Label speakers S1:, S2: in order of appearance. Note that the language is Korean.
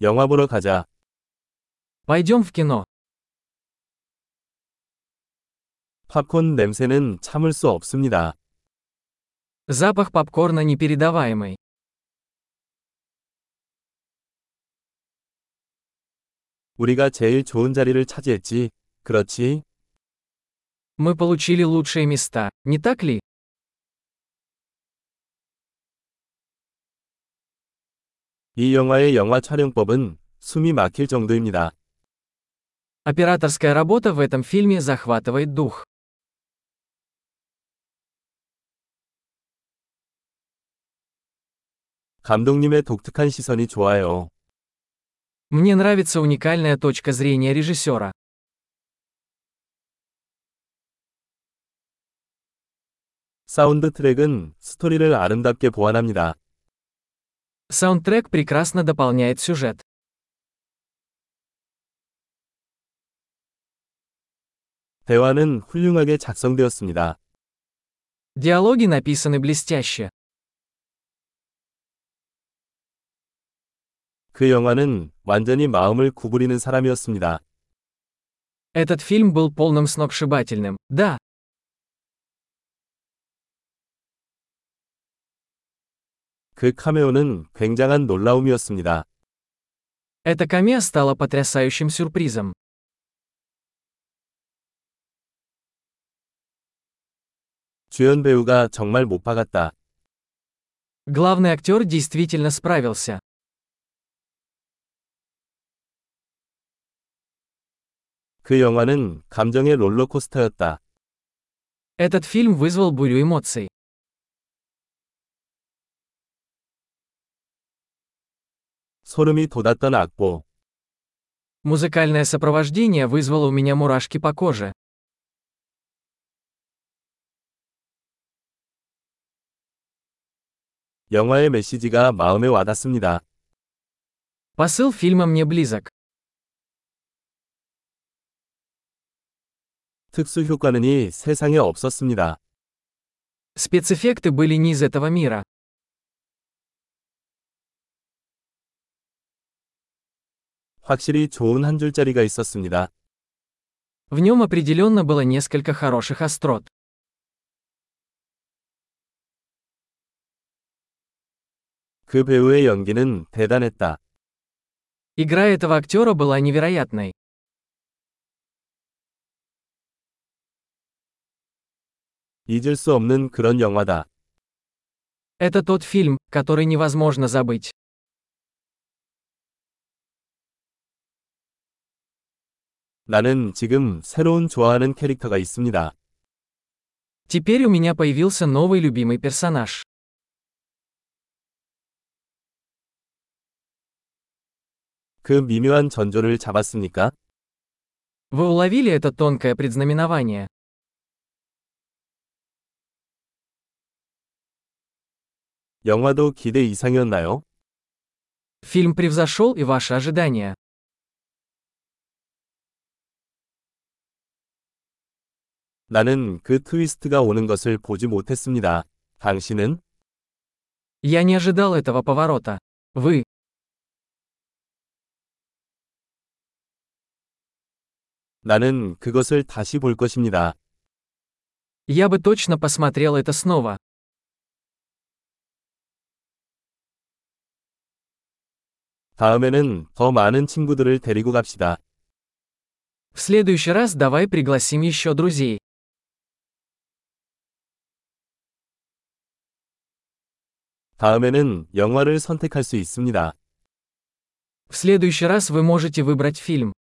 S1: 영화 보러 가자.
S2: Пойдем в кино.
S1: 팝콘 냄새는 참을 수 없습니다.
S2: Запах попкорна непередаваемый.
S1: 우리가 제일 좋은 자리를 차지했지. 그렇지?
S2: Мы получили лучшие места, не так ли?
S1: 이 영화의 영화 촬영법은 숨이 막힐 정도입니다.
S2: Операторская работа в этом фильме захватывает дух.
S1: 감독님의 독특한 시선이 좋아요.
S2: Мне нравится уникальная точка зрения режиссера.
S1: 사운드 트랙은 스토리를 아름답게 보완합니다.
S2: Саундтрек прекрасно дополняет сюжет.
S1: 대화는 훌륭하게 작성되었습니다.
S2: Диалоги написаны блестяще.
S1: 그 영화는 완전히 마음을 구부리는 사람이었습니다.
S2: Этот фильм был полным сногсшибательным. Да,
S1: 그 카메오는 굉장한 놀라움이었습니다.
S2: это камео стало потрясающим сюрпризом.
S1: 주연 배우가 정말 못 박았다.
S2: Главный актер действительно справился.
S1: 그 영화는 감정의 롤러코스터였다.
S2: Этот фильм вызвал бурю эмоций.
S1: 소름이 돋았던 악보.
S2: Музыкальное сопровождение вызвало у меня мурашки по коже.
S1: 영화의 메시지가 마음에 와닿습니다.
S2: Посыл фильма мне близок.
S1: 특수 효과는 이 세상에 없었습니다.
S2: Спецэффекты были не из этого мира.
S1: 확실히 좋은 한 줄짜리가 있었습니다.
S2: В нем определенно было несколько хороших острот.
S1: 그 배우의 연기는 대단했다.
S2: Игра этого актера была невероятной.
S1: 잊을 수 없는 그런 영화다.
S2: Это тот фильм, который невозможно забыть.
S1: 나는 지금 새로운 좋아하는 캐릭터가 있습니다.
S2: Теперь у меня появился новый любимый персонаж.
S1: 그 미묘한 전조를 잡았습니까?
S2: Вы уловили это тонкое предзнаменование.
S1: 영화도 기대 이상이었나요?
S2: Фильм превзошел и ваши ожидания.
S1: 나는 그 트위스트가 오는 것을 보지 못했습니다. 당신은?
S2: Я не ожидал этого поворота. Вы.
S1: 나는 그것을 다시 볼 것입니다.
S2: Я бы точно посмотрел это снова.
S1: 다음에는 더 많은 친구들을 데리고 갑시다.
S2: В следующий раз давай пригласим еще друзей.
S1: 다음에는 영화를 선택할 수 있습니다.
S2: В следующий раз вы можете выбрать фильм.